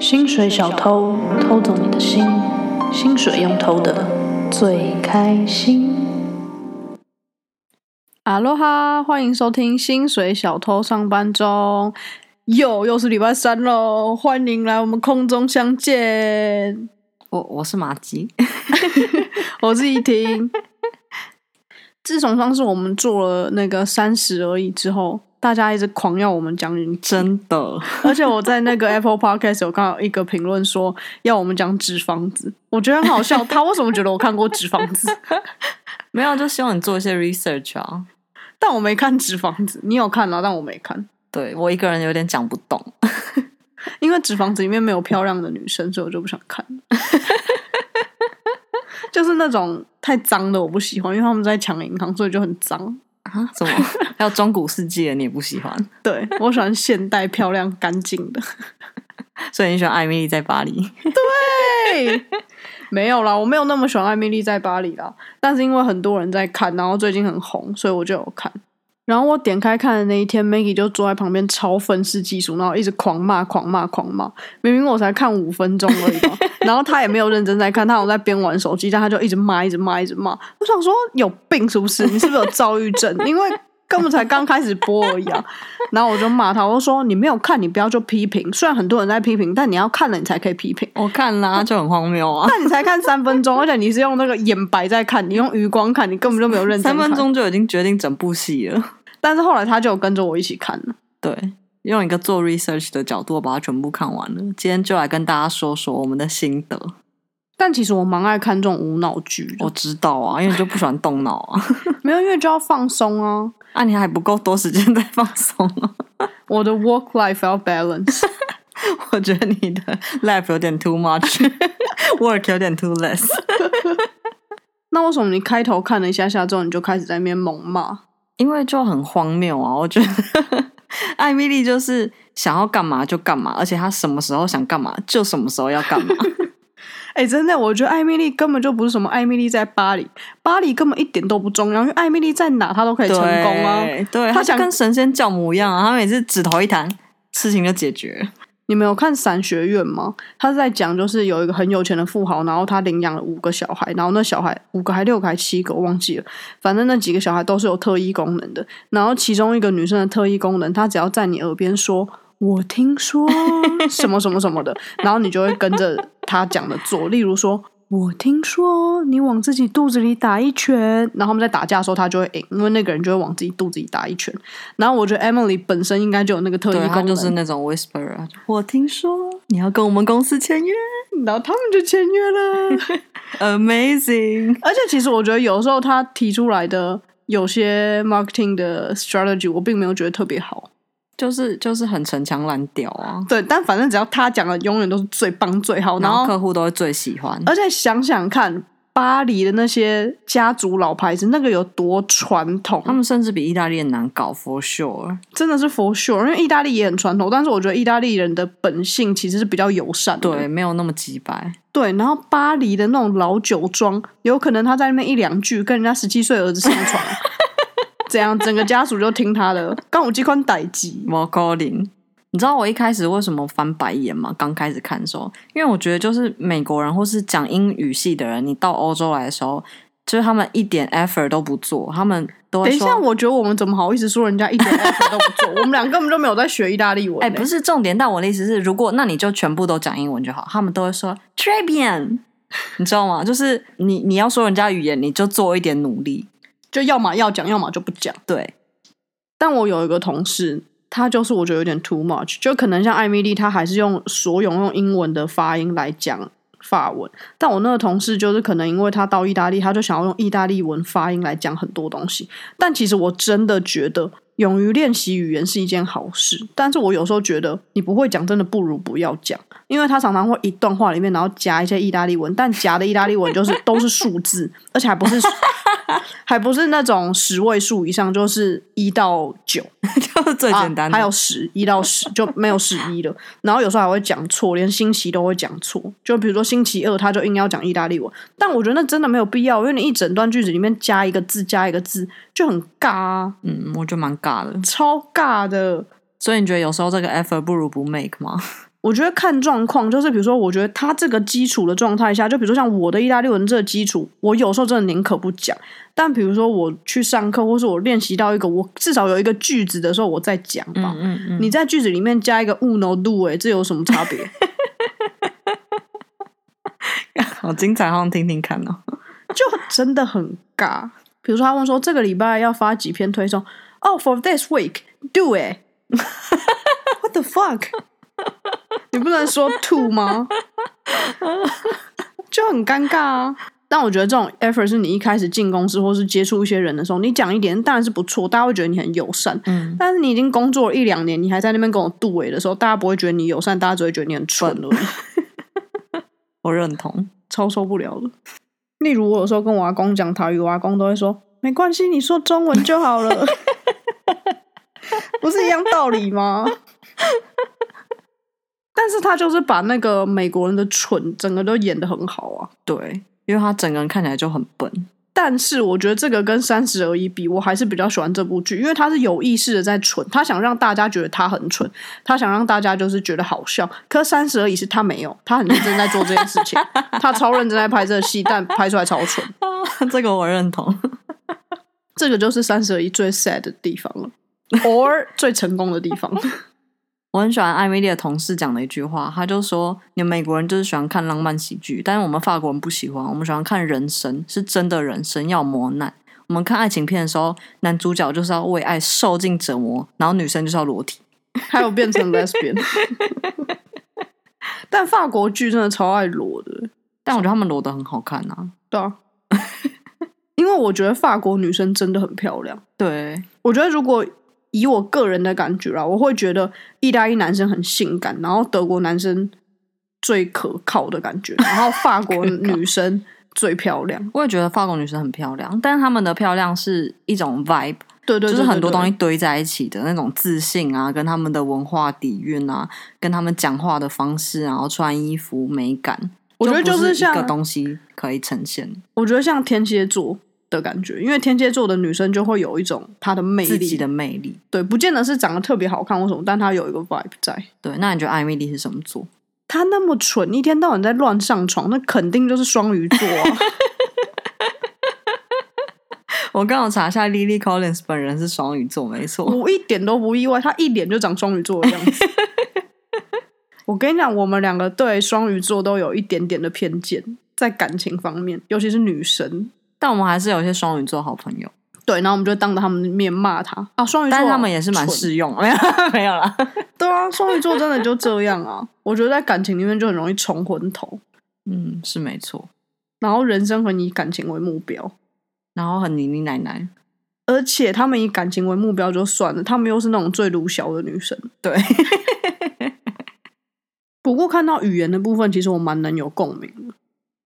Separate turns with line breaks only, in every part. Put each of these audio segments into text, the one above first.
薪水小偷偷走你的心，薪水用偷的最开心。哈喽哈，欢迎收听《薪水小偷上班中》，又又是礼拜三喽，欢迎来我们空中相见。
我我是马吉，
我是依 婷。自从上次我们做了那个三十而已之后，大家一直狂要我们讲云
真的，
而且我在 那个 Apple Podcast 有看到一个评论说要我们讲纸房子，我觉得很好笑。他为什么觉得我看过纸房 子？
没有啊就希望你做一些 research 啊。
但我没看纸房子，你有看啊？但我没看，
对我一个人有点讲不懂，
因为纸房子里面没有漂亮的女生，所以我就不想看。 就是那种太脏的我不喜欢，因为他们在抢银行，所以就很脏。
啊怎么？ 还有中古世纪的你也不喜欢，
对我喜欢现代、漂亮、干净的。
所以你喜欢艾米丽在巴黎。
嘿， 没有啦，我没有那么喜欢艾米丽在巴黎啦，但是因为很多人在看，然后最近很红，所以我就有看。然后我点开看的那一天，Maggie 就坐在旁边超愤世嫉俗，然后一直狂骂、狂骂、狂骂。明明我才看五分钟而已吧，然后他也没有认真在看，他有在边玩手机，但他就一直骂、一直骂、一直骂。我想说有病是不是？你是不是有躁郁症？因为根本才刚开始播而已啊。然后我就骂他，我就说你没有看，你不要就批评。虽然很多人在批评，但你要看了你才可以批评。
我看啦、就很荒谬啊，
那你才看三分钟，而且你是用那个眼白在看，你用余光看，你根本就没有认真
三
看
分。钟就已经决定整部戏了。
但是后来他就有跟着我一起看了。
对，用一个做 research 的角度把它全部看完了。今天就来跟大家说说我们的心得。
但其实我蛮爱看这种无脑剧的，
我知道啊，因为你就不喜欢动脑啊，
没有因为就要放松啊。
啊，你还不够多时间在放松啊。
我的 work life 要 balance，
我觉得你的 life 有点 too much，work 有点 too less。
那为什么你开头看了一下下之后，你就开始在那边猛骂？
因为就很荒谬啊！我觉得艾米丽就是想要干嘛就干嘛，而且她什么时候想干嘛就什么时候要干 嘛。
哎、真的，我觉得艾米丽根本就不是什么艾米丽在巴黎，巴黎根本一点都不重要，因为艾米丽在哪她都可以
对
成功啊。
对，
她
她
想
就跟神仙教母一样啊，她每次指头一弹，事情就解决了。
你们有看《伞学院》吗？他是在讲，就是有一个很有钱的富豪，然后他领养了五个小孩，然后那小孩五个还六个还七个，我忘记了，反正那几个小孩都是有特异功能的。然后其中一个女生的特异功能，她只要在你耳边说“我听 说什么什么什么的”，然后你就会跟着她讲的做。例如说。我听说你往自己肚子里打一拳，然后他们在打架的时候，他就会赢，因为那个人就会往自己肚子里打一拳。然后我觉得 Emily 本身应该就有那个特异
对，
功
她
能，
就是那种 whisperer 啊。我听说你要跟我们公司签约
然后他们就签约了。
，amazing。
而且其实我觉得有时候他提出来的有些 marketing 的 strategy，我并没有觉得特别好。
就是就是很陈腔滥调啊，
对，但反正只要他讲的，永远都是最棒最好。然
然后
后，呃
客户都会最喜欢。
而且想想看，巴黎的那些家族老牌子，那个有多传
他
统，
们甚至比意大利人难搞，for sure。
真的是 for sure。因为意大利也很传统，但是我觉得意大利人的本性其实是比较友善的。
对，没有那么几百。
对，然后巴黎的那种老酒庄，有可能他在那边一两句跟人家十七岁儿子上 床，这样整个家属就听他的。刚我这款歹机，
我高林，你知道我一开始为什么翻白眼吗？刚开始看的时候，因为我觉得就是美国人或是讲英语系的人，你到欧洲来的时候，就是他们一点 effort 都不做，他们都会
等一下，
说。
我觉得我们怎么好意思说人家一点 effort 都不做？我们俩根本就没有在学意大利文、欸
哎、不
是，
是重点，但我的意思是，如果那你就全部都讲英文就好，他们都会说 Trebian，你 知道吗？就是你你要说人家语言，你就做一点努力。
就要么要讲，要么就不讲。
对，
但我有一个同事，他就是我觉得有点 too much，就可能像艾米丽，她还是用所有用英文的发音来讲法文。但我那个同事就是可能因为他到意大利，他就想要用意大利文发音来讲很多东西。但其实我真的觉得。勇于练习语言是一件好事，但是我有时候觉得你不会讲，真的不如不要讲，因为他常常会一段话里面，然后夹一些意大利文，但夹的意大利文就是都是数字， 而且还不是还不是那种十位数以上，就是一到九，
就是最简单
啊
的。
还有十一到十就没有十一了。然后有时候还会讲错，连星期都会讲错。就比如说星期二，他就硬要讲意大利文，但我觉得那真的没有必要，因为你一整段句子里面加一个字加一个字就很尬啊，
嗯，我觉得蛮尬的。
超尬的。
所以你觉得有时候这个 effort 不如不 make 吗？
我觉得看状况，就是比如说，我觉得他这个基础的状态下，就比如说像我的意大利文这个基础，我有时候真的宁可不讲。但比如说我去上课，或是我练习到一个我至少有一个句子的时候，我再讲吧。
嗯嗯，
你在句子里面加一个 uno do，哎，这有什么差别？
好精彩，好想听听看哦。
就真的很尬。比如说，他问说这个礼拜要发几篇推送，哦、f o r this week do it。What the fuck？你不能说 to 吗？ 就很尴尬啊。但我觉得这种 effort 是你一开始进公司或是接触一些人的时候，你讲一点当然是不错，大家会觉得你很友善。
嗯，
但是你已经工作了一两年，你还在那边跟我度尾的时候，大家不会觉得你友善，大家只会觉得你很蠢而已。
我认同。
超受不了的。例如，我有时候跟我阿公讲台语，我阿公都会说：“没关系，你说中文就好了。” 不是一样道理吗？但是他就是把那个美国人的蠢整个都演得很好啊。
对，因为他整个人看起来就很笨。
但是我觉得这个跟《三十而已》比，我还是比较喜欢这部剧，因为他是有意识的在蠢，他想让大家觉得他很蠢，他想让大家就是觉得好笑。可《三十而已》是他没有，他很认真在做这件事情，他超认真在拍这个戏，但拍出来超蠢。
这个我认同。
这个就是三十而已最 sad 的地方了，or 最成功的地 方。
我很喜欢艾米丽的同事讲的一句话，他就说：“你们美国人就是喜欢看浪漫喜剧，但是我们法国人不喜欢，我们喜欢看人生，是真的人生要磨难。我们看爱情片的时候，男主角就是要为爱受尽折磨，然后女生就是要裸体。
还有变成 lesbian，但法国剧真的超爱裸的，
但我觉得他们裸的很好看啊。
对啊，因为我觉得法国女生真的很漂亮。
对，
我觉得如果以我个人的感觉啦，我会觉得意大利男生很性感，然后德国男生最可靠的感觉，然后法 国女生最漂亮。
我也觉得法国女生很漂亮，但是她们的漂亮是一种 vibe，
对对对
就是很多
对对
东西堆在一起的那种自信啊，跟他们的文化底蕴啊，跟他们讲话的方式啊，然后穿衣服美感，
我觉得
就
就
不
是
是一
像
个东西可以呈现
我觉得像天蝎座的感觉，因为天蝎座的女生就会有一种她的魅
自己
力，
的魅力。
对，不见得是长得特别好看或什么，但她有一个 vibe 在。
对，那你觉得艾米丽是什么座？
她那么蠢，一天到晚在乱上床，那肯定就是双鱼座 啊！
我刚好查一下，Lily Collins 本人是双鱼座，没错。
我一点都不意外，她一脸就长双鱼座的样 子。我跟你讲，我们两个对双鱼座都有一点点的偏见，在感情方面，尤其是女生。
但我们还是有一些双鱼座好朋友，
对，然后我们就当着他们的面骂她啊，双鱼座，
但是他们也是蛮
蠢
适用，没有啦 没有啦。
对啊，双鱼座真的就这样啊。我觉得在感情里面就很容易冲昏头，
嗯，是没错。
然后人生很以感情为目标，
然后很泥泥奶奶，
而且他们以感情为目标就算了，他们又是那种最鲁小的女生。
对，
不过看到语言的部分，其实我蛮能有共鸣的。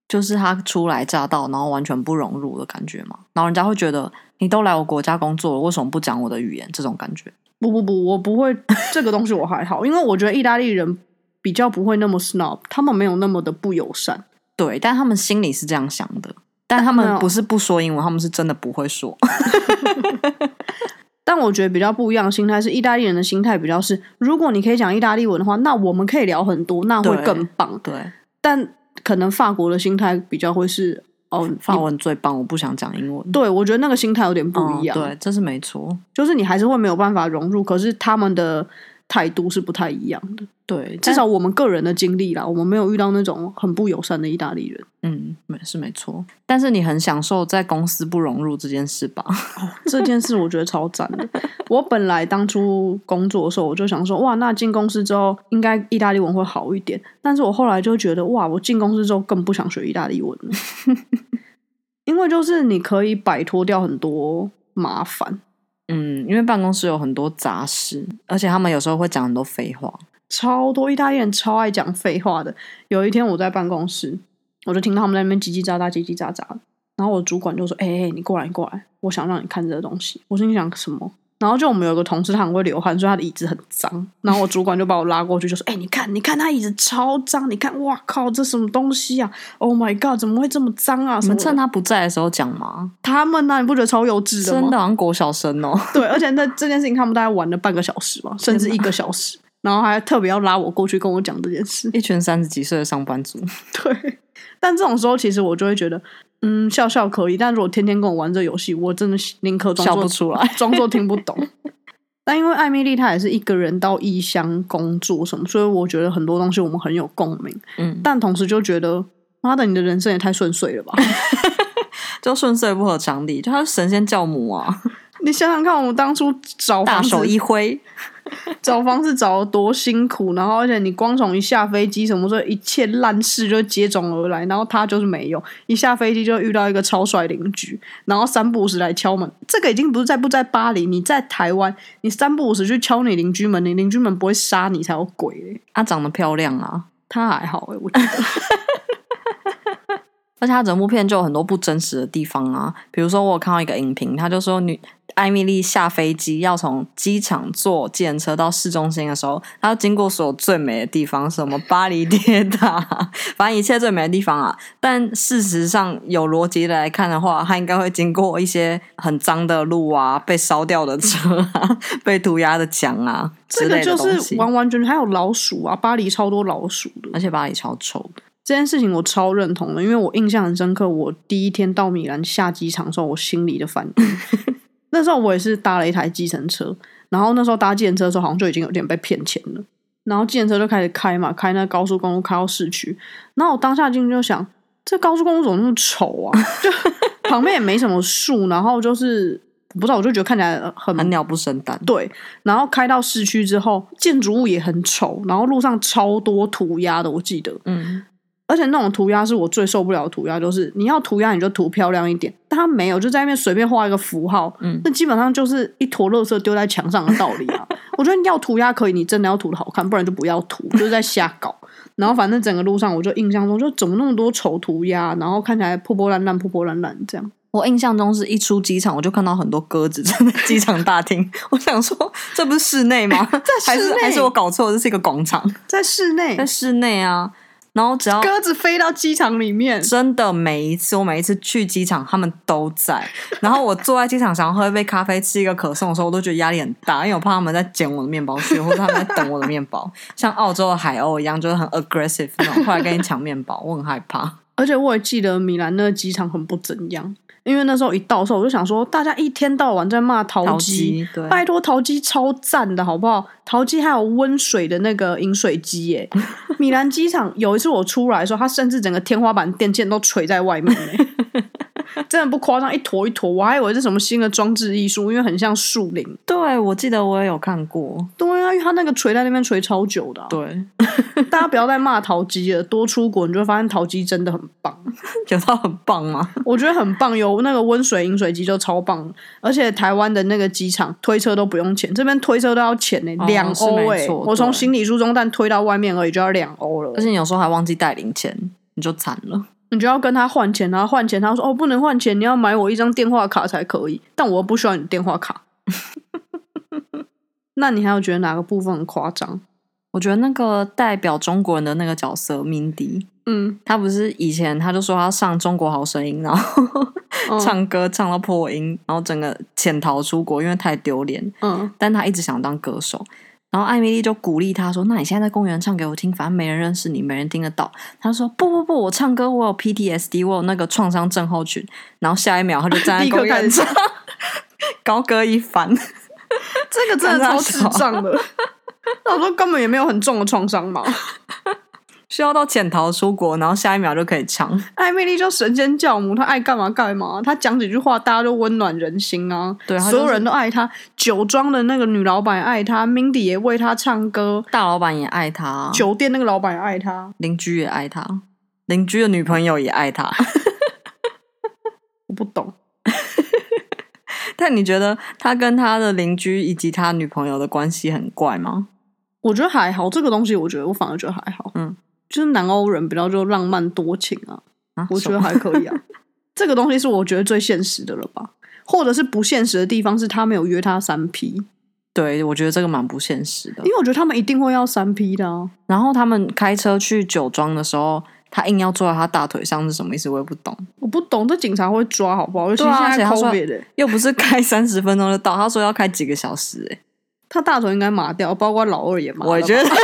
就是他初来乍到，然后完全不融入的感觉嘛。然后人家会觉得你都来我国家工作了，为什么不讲我的语言？这种感觉。
不不不，我不会这个东西，我还好，因为我觉得意大利人比较不会那么 snob，他们没有那么的不友善。
对，但他们心里是这样想的，但他
嗯
们不是不说英文，他们是真的不 会说。
但我觉得比较不一样的心态是，意大利人的心态比较是，如果你可以讲意大利文的话，那我们可以聊很多，那会
对
更棒。
对，
但可能法国的心态比较会是哦，
法
你
文最棒，我不想讲英文。
对我觉得那个心态有点不一样，
嗯对，这是没错。
就是你还是会没有办法融入，可是他们的态度是不太一样的。
对，
至
至少
少我们个人的经历啦，我们没有遇到那种很不友善的意大利人，
嗯，没是没错。但是你很享受在公司不融入这件事吧？
这件事我觉得超赞的。 我本来当初工作的时候，我就想说，哇，那进公司之后应该意大利文会好一点。但是我后来就觉得，哇，我进公司之后更不想学意大利文 了，因为就是你可以摆脱掉很多麻烦。
嗯，因为办公室有很多杂事，而且他们有时候会讲很多废话。
啊超多意大利人超爱讲废话的。有一天我在办公室，我就听到他们在那边叽叽喳喳、叽叽喳喳，然后我主管就说：“哎、欸，你过来，你过来，我想让你看这个东西。”我心里想什么？然后就我们有个同事，他很会流汗，所以他的椅子很脏。然后我主管就把我拉过去，就说：“哎、你看，你看他椅子超脏，你看，哇靠，这什么东西啊？Oh my god，怎么会这么脏啊？”
你
什么
们
的
趁他不在的时候讲吗？
他们呢、你不觉得超幼稚的吗？
真的好像国小生哦。
对，而且那这件事情他们大概玩了半个小时吧，甚至一个小时。然后还特别要拉我过去跟我讲这件事。
一群三十几岁的上班族，
对，但这种时候其实我就会觉得，嗯，笑笑可以，但如果天天跟我玩这游戏，我真的宁可装
笑
作
不出来。
装作听不懂。但因为艾米丽她也是一个人到异乡工作什么，所以我觉得很多东西我们很有共鸣。
嗯，
但同时就觉得，妈的，你的人生也太顺遂 了吧！
就顺遂不合常理，就他是神仙教母啊，
你想想看，我们当初找
大
房子
手一挥，
找房子找的多辛苦，然后而且你光从一下飞机什么，所以一切烂事就接踵而来。然后他就是没有，一下飞机就遇到一个超帅邻居，然后三不五时来敲门。这个已经不是在不在巴黎，你在台湾，你三不五时去敲你邻居门，你邻居门不会杀你才有鬼、欸。
她长得漂亮啊，
他还好哎、我觉得
而且她整部片就有很多不真实的地方啊，比如说我有看到一个影评，他就说女艾米丽下飞机要从机场坐计程车到市中心的时候，她要经过所有最美的地方，什么巴黎铁塔，反正一切最美的地方啊。但事实上，有逻辑的来看的话，她应该会经过一些很脏的路啊，被烧掉的车啊， 被涂鸦的墙啊之
这个
类的
就
东西
是。完完全全还有老鼠啊，巴黎超多老鼠的。
而且巴黎超丑的，
这件事情我超认同的，因为我印象很深刻。我第一天到米兰下机场的时候，我心里的反应。 那时候我也是搭了一台计程车，然后那时候搭计程车的时候，好像就已经有点被骗钱了。然后计程车就开始开嘛，开那高速公路开到市区。然后我当下进去就想，这高速公路怎么那么丑啊？ 就旁边也没什么树，然后就是我不知道，我就觉得看起来很
很鸟不生蛋。
对，然后开到市区之后，建筑物也很丑，然后路上超多涂鸦的，我记得。
嗯，
而且那种涂鸦是我最受不了的涂鸦，就是你要涂鸦你就涂漂亮一点，但他没有，就在那边随便画一个符号，
嗯
那基本上就是一坨垃圾丢在墙上的道理 啊。我觉得要涂鸦可以，你真的要涂的好看，不然就不要涂，就是在瞎搞。然后反正整个路上我就印象中就怎么那么多丑涂鸦，然后看起来破破烂烂、破破烂烂这样。
我印象中是一出机场，我就看到很多鸽子站在机场大厅。 我想说，这不是室内吗？
在室内
还是还是我搞错了？这是一个广场，
在室内
在，室内啊。然后只要
鸽子飞到机场里面，
真的每一次，我每一次去机场，他们都在。然后我坐在机场想要喝一杯咖啡、吃一个可颂的时候，我都觉得压力很大，因为我怕他们在捡我的面包屑，或者他们在等我的面包，像澳洲的海鸥一样，就是很 aggressive 那种，过来跟你抢面包，我很害怕。
而且我也记得米兰那个机场很不怎样，因为那时候一到的时候，我就想说，大家一天到晚在骂
淘
淘
机
机，
对
拜托淘机超赞的好不好？淘机还有温水的那个饮水机 耶、米兰机场有一次我出来的时候，它甚至整个天花板电线都垂在外面、欸， 真的不夸张，一坨一坨，我还以为是什么新的装置艺术，因为很像树林。
对，我记得我也有看过。
对啊，因为它那个垂在那边垂超久的啊、
对，
大家不要再骂淘机了，多出国你就会发现淘机真的很棒。
有到很棒吗？
我觉得很棒，有那个温水饮水机就超棒，而且台湾的那个机场推车都不用钱，这边推车都要钱呢、
哦
两
是
欧
没
哎，
错
我从
对
行李输中站推到外面而已就要两欧了
而，且你有时候还忘记带零钱，你就惨了。
你就要跟他换钱，然后换钱，他说哦不能换钱，你要买我一张电话卡才可以，但我又不需要你电话卡。 那你还有觉得哪个部分很夸 张？
我觉得那个代表中国人的那个角色 Mindy，
嗯，
他不是以前他就说他要上《中国好声音》，然后
嗯
唱歌唱到破音，然后整个潜逃出国，因为太丢脸。
嗯，
但他一直想当歌手。然后艾米丽就鼓励他说：“那你现在在公园唱给我听，反正没人认识你，没人听得到。”他说：“不不不，我唱歌我有 PTSD，我有那个创伤症候群。”然后下一秒他就站在
立刻
公
开
园
始
唱， 高歌一番。
这个真的
看他
超智
手
障 的，我说根本也没有很重的创伤嘛。
需要到潜逃出国，然后下一秒就可以唱。
艾米丽就神仙教母，她爱干嘛干嘛，她讲几句话，大家都温暖人心啊。
对她就是
所有人都爱她。酒庄的那个女老板爱她，Mindy 也为她唱歌，
大老板也爱他，啊
酒店那个老板也爱她。
邻居也爱他，啊邻居的女朋友也爱 他。
我不懂，
但你觉得他跟他的邻居以及他女朋友的关系很怪吗？
我觉得还好，这个东西我觉得我反而觉得还好。
嗯，
就是南欧人比较就浪漫多情啊，
啊，
我觉得
什么
还可以啊。这个东西是我觉得最现实的了吧？或者是不现实的地方是他没有约她三 P，因
对，我觉得这个蛮不现实的。
为我觉得他们一定会要三 P 的啊。
然后他们开车去酒庄的时候，他硬要坐在他大腿上是什么意思？我也不懂。
我不懂，这警察会抓好不好？尤其
对啊
现
而且
在
他说
COVID 的、
又不是开三十分钟就到，他说要开几个小时、欸，
他大头应该麻掉，包括老二也麻了吧。
我觉得。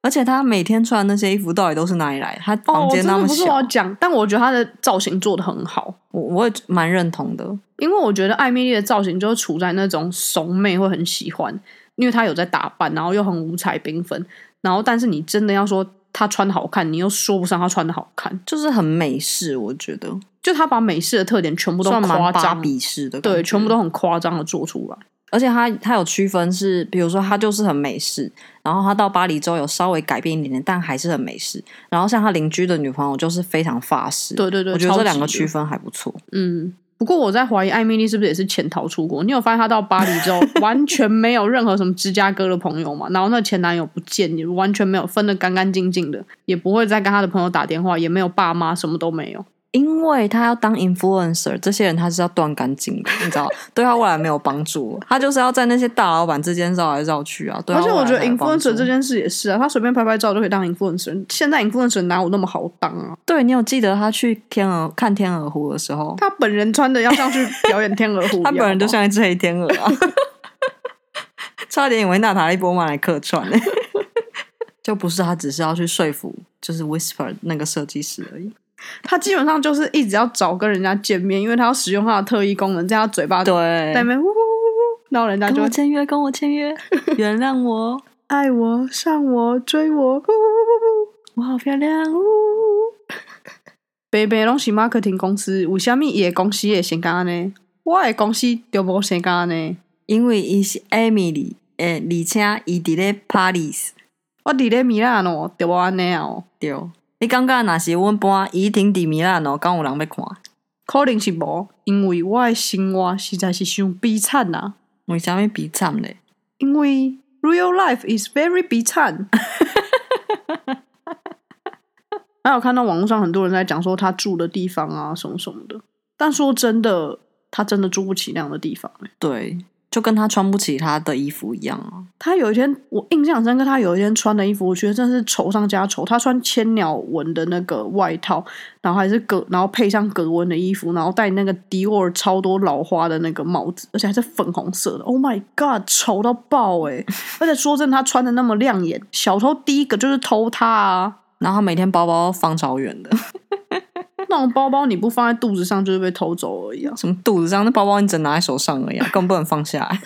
而且他每天穿的那些衣服到底都是哪里来？他
哦，
房
我
间
真
那
的
么
不是
小，
我要讲，但我觉得他的造型做的很好，
我我也蛮认同的。
因为我觉得艾米丽的造型就是处在那种怂妹会很喜欢，因为她有在打扮，然后又很五彩缤纷，然后但是你真的要说她穿好看，你又说不上她穿的好看，
就是很美式，我觉得
就她把美式的特点全部都
算蛮
夸
芭
张，
比式的感觉，
对，全部都很夸张的做出来。
而且它它有区分是，比如说它就是很美式，然后它到巴黎之后有稍微改变一点点，但还是很美式。然后像他邻居的女朋友就是非常法式，
对对对，
我觉得
超
这
级
两
的
个区分还不错。
嗯，不过我在怀疑艾米丽是不是也是潜逃出国？你有发现她到巴黎之后完全没有任何什么芝加哥的朋友嘛？然后那前男友不见，也完全没有分的干干净净的，也不会再跟她的朋友打电话，也没有爸妈，什么都没有。
因为他要当 influencer，这些人他是要断干净的，你知道， 对他未来没有帮助。他就是要在那些大老板之间绕来绕去啊。对他
而且我觉
未
得
来没有帮助
influencer 这件事也是啊，她随便拍拍照就可以当 influencer。现在 influencer 哪有那么好当 啊？
对你有记得他去天鹅看天鹅湖的时候，
她本人穿的要上去表演天鹅湖一样，
他本人就
好不好
像一只黑天鹅啊， 差点以为娜塔莉波曼来客串呢、 就不是他只是要去说服，就是 Whisper 那个设计师 而已。
她基本上就是一直要找跟人家见面，因为她要使用她的特异功能，在她嘴巴在
对
那，边呜呜呜呜，然后人家就
跟我
会
签约，跟我签约，原 谅我，
爱我、上我、追我，呜呜呜呜呜！
我好漂亮呜！
北北拢是 marketing 公司，有啥物伊的公司会先干呢？我的公司就无先干呢。
因为伊是 Emily，诶，而且伊伫咧 Paris
我伫咧米兰哦，就无安尼哦，
对。你感觉若是阮搬伊停伫米兰哦，敢有人要看？
可能是无，因为我的生活实在是伤悲惨啊。
为啥物比惨咧？
因为 real life is very 悲惨。 还有看到网络上很多人在讲说他住的地方啊什么什么的，但说真的，他真的住不起那样的地方、欸
对，就跟他穿不起他的衣服一样啊。
他有一天，我印象很深刻，他有一天穿的衣服，我觉得真的是丑上加丑。他穿千鸟纹的那个外套，然后还是格，然后配上格纹的衣服，然后戴那个迪奥超多老花的那个帽子，而且还是粉红色的。Oh my god，丑到爆诶、而且说真的，他穿的那么亮眼，小偷第一个就是偷他啊！
然后他每天包包放超远的，
那种包包你不放在肚子上，就是被偷走而已啊！
什么肚子上那包包你只拿在手上而已、啊，根本不能放下来。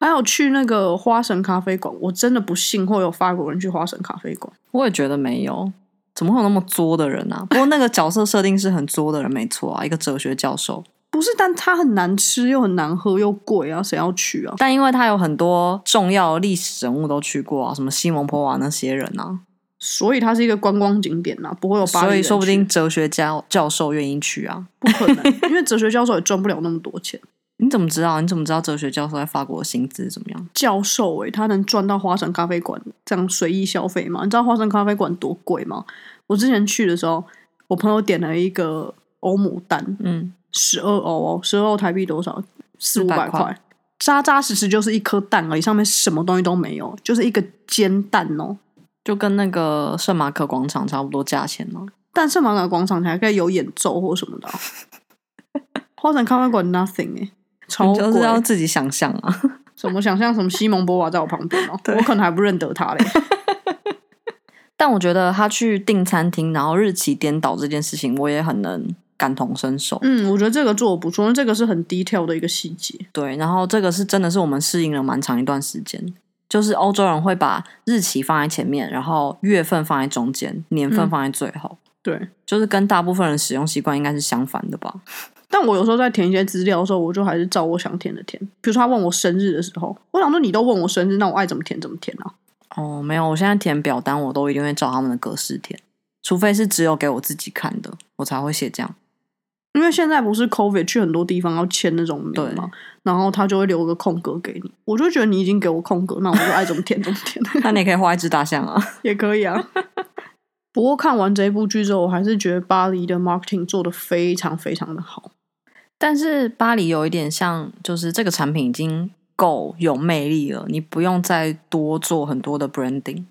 还有去那个花神咖啡馆，我真的不信会有法国人去花神咖啡馆。
我也觉得没有，怎么会有那么作的人啊？不过那个角色设定是很作的人，没错啊，一个哲学教授。
不是，但它很难吃，又很难喝，又贵啊，谁要去啊？
但因为他有很多重要历史人物都去过啊，什么西蒙波娃那些人啊，
所以它是一个观光景点呐、啊不会有巴黎
所以
人
说不
去
定哲学家教授愿意去啊。
不可能，因 为哲学教授也赚不了那么多钱。
你怎么知道？你怎么知道哲学教授在法国的薪资怎么样？
教授诶、他能赚到花神咖啡馆这样随意消费吗？你知道花神咖啡馆多贵吗？我之前去的时候，我朋友点了一个欧姆蛋，
嗯，
十二欧哦，十二欧台币多少？四五百
400
块
块，
扎扎实实就是一颗蛋而已，上面什么东西都没有，就是一个煎蛋哦。
就跟那个圣马可广场差不多价钱了、
但圣马可广场还可以有演奏或什么 的啊、花城咖啡馆 nothing 哎、超
你
贵！
就是要自己想象啊。
什么想象什么西蒙波娃在我旁边 哦、我可能还不认得他嘞。
但我觉得他去订餐厅，然后日期颠倒这件事情，我也很能感同身受。
嗯，我觉得这个做的不错，因为这个是很 detail 的一个细节。
对，然后这个是真的是我们适应了蛮长一段时间，就是欧洲人会把日期放在前面，然后月份放在中间，年份
嗯
放在最后，
对，
就是跟大部分人使用习惯应该是相反的吧？
但我有时候在填一些资料的时候，我就还是照我想填的填。比如说他问我生日的时候，我想说你都问我生日，那我爱怎么填怎么填啊？
哦，没有，我现在填表单我都一定会照他们的格式填，除非是只有给我自己看的，我才会写这样。
因为现在不是 COVID 去很多地方要签那种名嘛，然后他就会留个空格给你，我就觉得你已经给我空格，那我就爱怎么填怎么填。
那你也可以画一只大象啊。
也可以啊。不过看完这部剧之后，我还是觉得巴黎的 marketing 做的非常非常的好。
但是巴黎有一点像，就是这个产品已经够有魅力了，你不用再多做很多的 branding。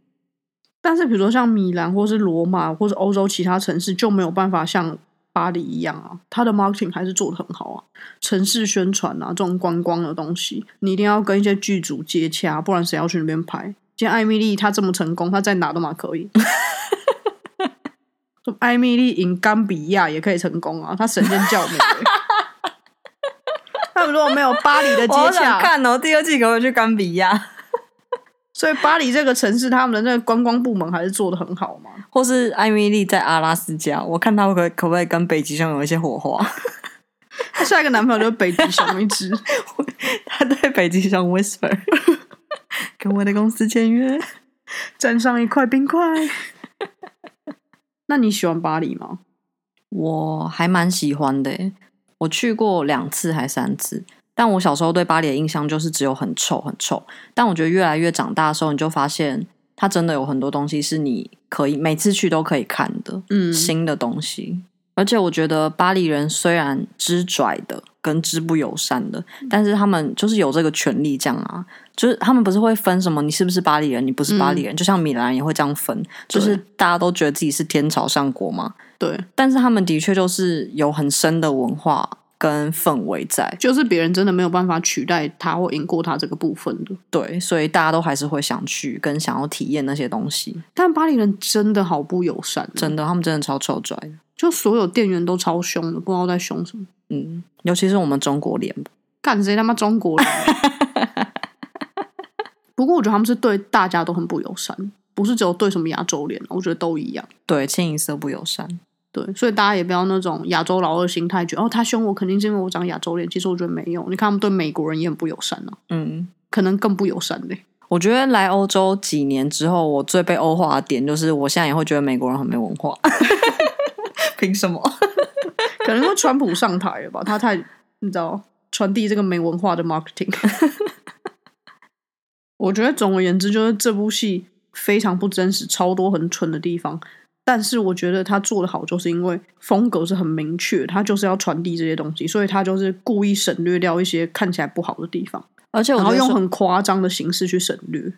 但是比如说像米兰或是罗马或是欧洲其他城市就没有办法像巴黎一样啊，它的 marketing 还是做的很好啊，城市宣传啊，这种观光的东西，你一定要跟一些剧组接洽，不然谁要去那边拍？今天艾米丽她这么成功，她在哪都嘛可以。 说艾米丽赢冈比亚也可以成功啊，她神仙教母、欸。 他们如果没有巴黎的接
我好想
洽，
看哦，第二季给我去冈比亚，
所以巴黎这个城市他们的那个观光部门还是做的很好嘛。
或是艾米丽在阿拉斯加，我看她会可可不可以跟北极熊有一些火花？
她下一个男朋友就是北极熊一只。
她对北极熊 whisper，跟我的公司签约。
沾上一块冰块。那你喜欢巴黎吗？
我还蛮喜欢的耶，我去过两次还三次。但我小时候对巴黎的印象就是只有很臭很臭，但我觉得越来越长大的时候，你就发现它真的有很多东西是你可以每次去都可以看的，
嗯
新的东西。而且我觉得巴黎人虽然知拽的跟知不友善的，但是他们就是有这个权利这样啊，就是他们不是会分什么你是不是巴黎人，你不是巴黎人，就像米兰也会这样分，就是大家都觉得自己是天朝上国嘛，
对，
但是他们的确就是有很深的文化跟氛围在，
就是别人真的没有办法取代他或赢过他这个部分的。
对，所以大家都还是会想去跟想要体验那些东西。
但巴黎人真的好不友善，欸
真的，他们真的超臭拽的，
就所有店员都超凶的，不知道在凶什么。
嗯，尤其是我们中国脸吧，
干谁他妈中国人 啊？不过我觉得他们是对大家都很不友善，不是只有对什么亚洲脸，啊我觉得都一样。
对，清一色不友善。
对，所以大家也不要那种亚洲老二心态，觉得哦他凶我肯定是因为我长亚洲脸。其实我觉得没有，你看他们对美国人也很不友善啊，
嗯，
可能更不友善嘞、
我觉得来欧洲几年之后，我最被欧化的点就是，我现在也会觉得美国人很没文化。 凭什么？
可能因为川普上台了吧，他太你知道传递这个没文化的 marketing。我觉得总而言之，就是这部戏非常不真实，超多很蠢的地方。但是我觉得他做的好，就是因为风格是很明确，他就是要传递这些东西，所以他就是故意省略掉一些看起来不好的地方，
而且我
然后
觉得
用
说
很夸张的形式去省略。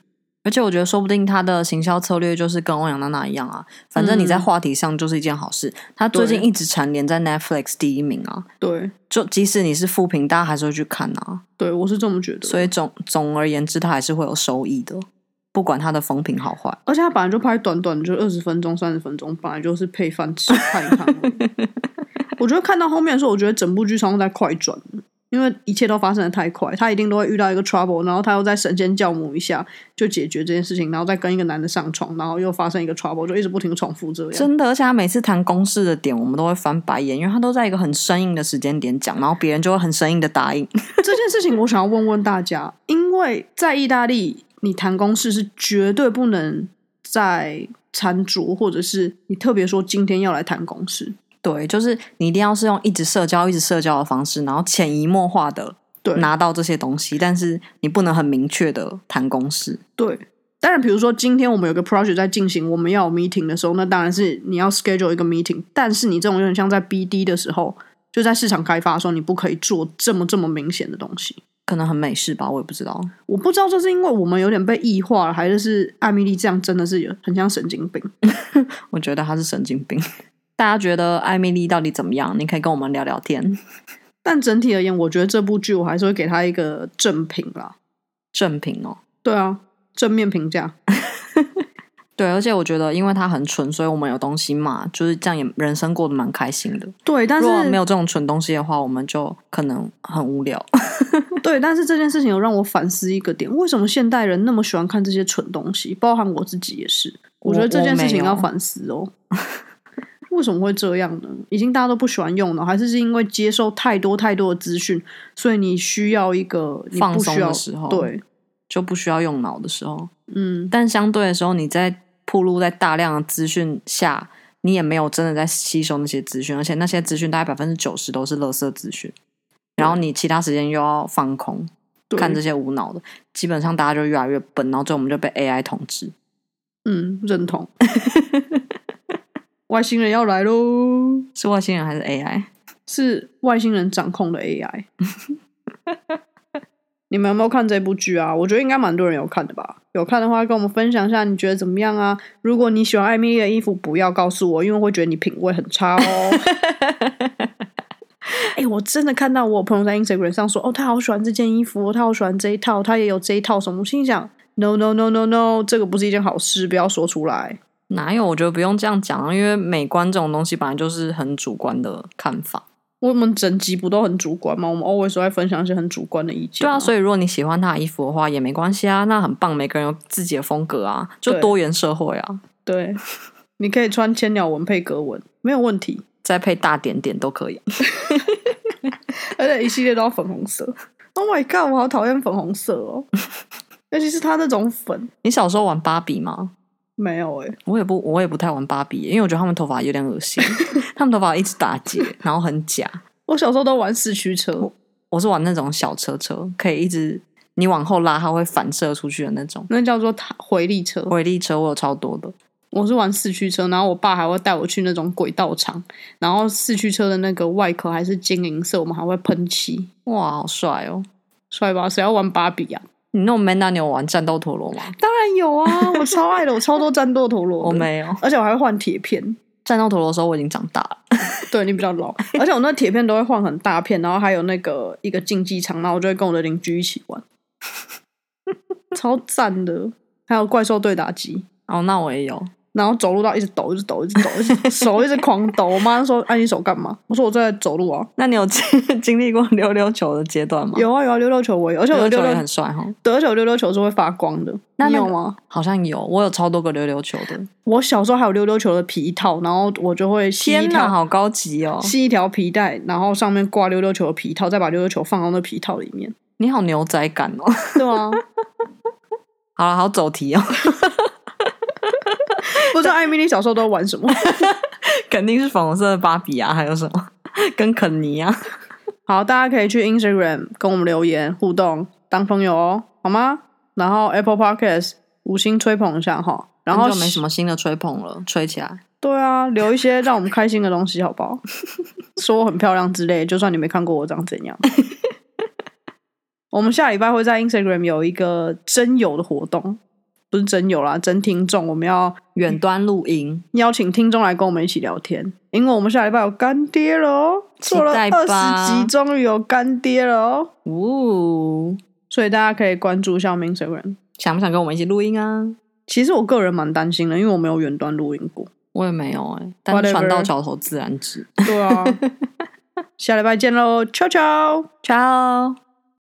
而且我觉得，说不定他的行销策略就是跟欧阳娜娜一样啊。反正你在话题上就是一件好事。他最近
对
一直蝉联在 Netflix 第一名啊，
对，
就即使你是负评，大家还是会去看啊。
对我是这么觉得。
所以总总而言之，他还是会有收益的，不管他的风评好坏。
而且他本来就拍短短的，就二十分钟、三十分钟，本来就是配饭吃看一看而已。 我觉得看到后面的时候，我觉得整部剧常常在快转，因为一切都发生的太快，他一定都会遇到一个 trouble，然后他又再神仙教母一下就解决这件事情，然后再跟一个男的上床，然后又发生一个 trouble，就一直不停重复这样。
真的，而且他每次谈公式的点，我们都会翻白眼，因为他都在一个很生硬的时间点讲，然后别人就会很生硬的答应。
这 件事情我想要问问大家，因为在意大利，你谈公事是绝对不能在餐桌，或者是你特别说今天要来谈公事，
对，就是你一定要是用一直社交、一直社交的方式，然后潜移默化的
对，
拿到这些东西，但是你不能很明确的谈公式。
对，当然，比如说今天我们有个 project 在进行，我们要有 meeting 的时候，那当然是你要 schedule 一个 meeting。但是你这种有点像在 BD 的时候，就在市场开发的时候，你不可以做这么这么明显的东西。
可能很美式吧，我也不知道。
我不知道这是因为我们有点被异化了，还是是艾米丽这样真的是有很像神经病。
我觉得他是神经病。 大家觉得艾米丽到底怎么样？你可以跟我们聊聊天。
但整体而言，我觉得这部剧我还是会给她一个正评啦。
正品哦，
对啊，正面评价。
对，而且我觉得因为他很蠢，所以我们有东西骂，就是这样也人生过得蛮开心的。
对，但
如
是
果没有这种蠢东西的话，我们就可能很无聊。
对，但是这件事情有让我反思一个点：为什么现代人那么喜欢看这些蠢东西？包含我自己也是，我觉得这件事情
我我没
要
有
反思哦。 为什么会这样呢？已经大家都不喜欢用了，还是是因为接受太多太多的资讯，所以你需要一个你
放
不
松
需要
的时候
对，
就不需要用脑的时候，
嗯，
但相对的时候，你在铺路在大量的资讯下，你也没有真的在吸收那些资讯，而且那些资讯大概百分之九十都是垃圾资讯，然后你其他时间又要放空，
对
看这些无脑的，基本上大家就越来越笨，然后最后我们就被 AI 统治。
嗯认同。 外星人要来喽，
是外星人还是 AI？
是外星人掌控的 AI。 你们有没有看这部剧啊？我觉得应该蛮多人有看的吧。有看的话，跟我们分享一下你觉得怎么样啊？如果你喜欢艾米丽的衣服，不要告诉我，因为我会觉得你品味很差哦。 哎、我真的看到我有朋友在 Instagram 上说，哦，他好喜欢这件衣服，他好喜欢这一套，他也有这一套什么。我心里想，no no no no no，这个不是一件好事，不要说出来。
哪有？我觉得不用这样讲啊，因为美观这种东西本来就是很主观的看法。
我们整集不都很主观吗？我们 always 都在分享一些很主观的意见、
对啊，所
以
以如果你喜欢他的衣服的话，也没关系啊，那很棒，每个人有自己的风格啊，就
对
多元社会啊，
对，你可以穿千鸟纹配格纹，没有问题。
再配大点点都可以。
而且一系列都要粉红色。Oh my god！我好讨厌粉红色哦， 尤其是它那种粉。
你小时候玩芭比吗？
没有哎、
我也不，我也不太玩芭比，因为我觉得他们头发有点恶 心，他们头发一直打结，然后很假。
我小时候都玩四驱车，
我是玩那种小车车，可以一直你往后拉，它会反射出去的那种。
那叫做塔回力车。
回力车我有超多的，
我是玩四驱车，然后我爸还会带我去那种轨道场，然后四驱车的那个外壳还是金银色，我们还会喷漆，
哇，好帅哦！
帅吧？谁要玩芭比啊？
你那种 man 那你有玩战斗陀螺吗？
当然有啊，我超爱的，我超多战斗陀螺的，
我没有。
而且我还会换铁片。
战斗陀螺的时候我已经长大了，
对你比较老，而且我那铁片都会换很大片，然后还有那个一个竞技场，然后我就会跟我的邻居一起玩， 超赞的。还有怪兽对打机，
哦，那我也有。
然后走路到一直抖，一直抖，一直抖，一直手一直狂抖。我妈说：“啊按你手干嘛？”我说：“我在走路啊。
那你有 经经历过溜溜球的阶段”吗？
有啊有啊，溜溜球我有，而且我
溜
的
溜
溜
球也
溜
很，帅哈，
对而且我溜溜球是会发光的，
那
你
那
有
个
吗？
好像有，我有超多个溜溜球的。
我小时候还有溜溜球的皮套，然后我就会吸一
天哪，
条
好高级哦！
吸一条皮带，然后上面挂溜溜球的皮套，再把溜溜球放到那皮套里面。
你好牛仔感哦。
对啊，
好了，好走题哦，
不知道艾米丽小时候都玩什 么。
肯定是粉红色的芭比啊，还有什么跟肯尼啊？
好，大家可以去 Instagram 跟我们留言互动，当朋友哦，好吗？然后 Apple Podcast 五星吹捧一下哈，然后
很久没什么新的吹捧了，吹起来。
对啊，留一些让我们开心的东西，好不 好？说我很漂亮之类，就算你没看过我长怎样。我们下礼拜会在 Instagram 有一个真友的活动，不是真友啦，真听众，我们要
远端录音，
邀请听众来跟我们一起聊天，因为我们下礼拜有干爹了哦，
期
做了
待
二
吧
十集，终于有干爹了哦，
呜、
所以大家可以关注一下我们 Instagram。
想不想跟我们一起录音啊？
其实我个人蛮担心的，因为我没有远端录音过。
我也没有哎、但是
Whatever
船到桥头自然直。
对啊，下礼拜见喽，悄悄。
Ciao。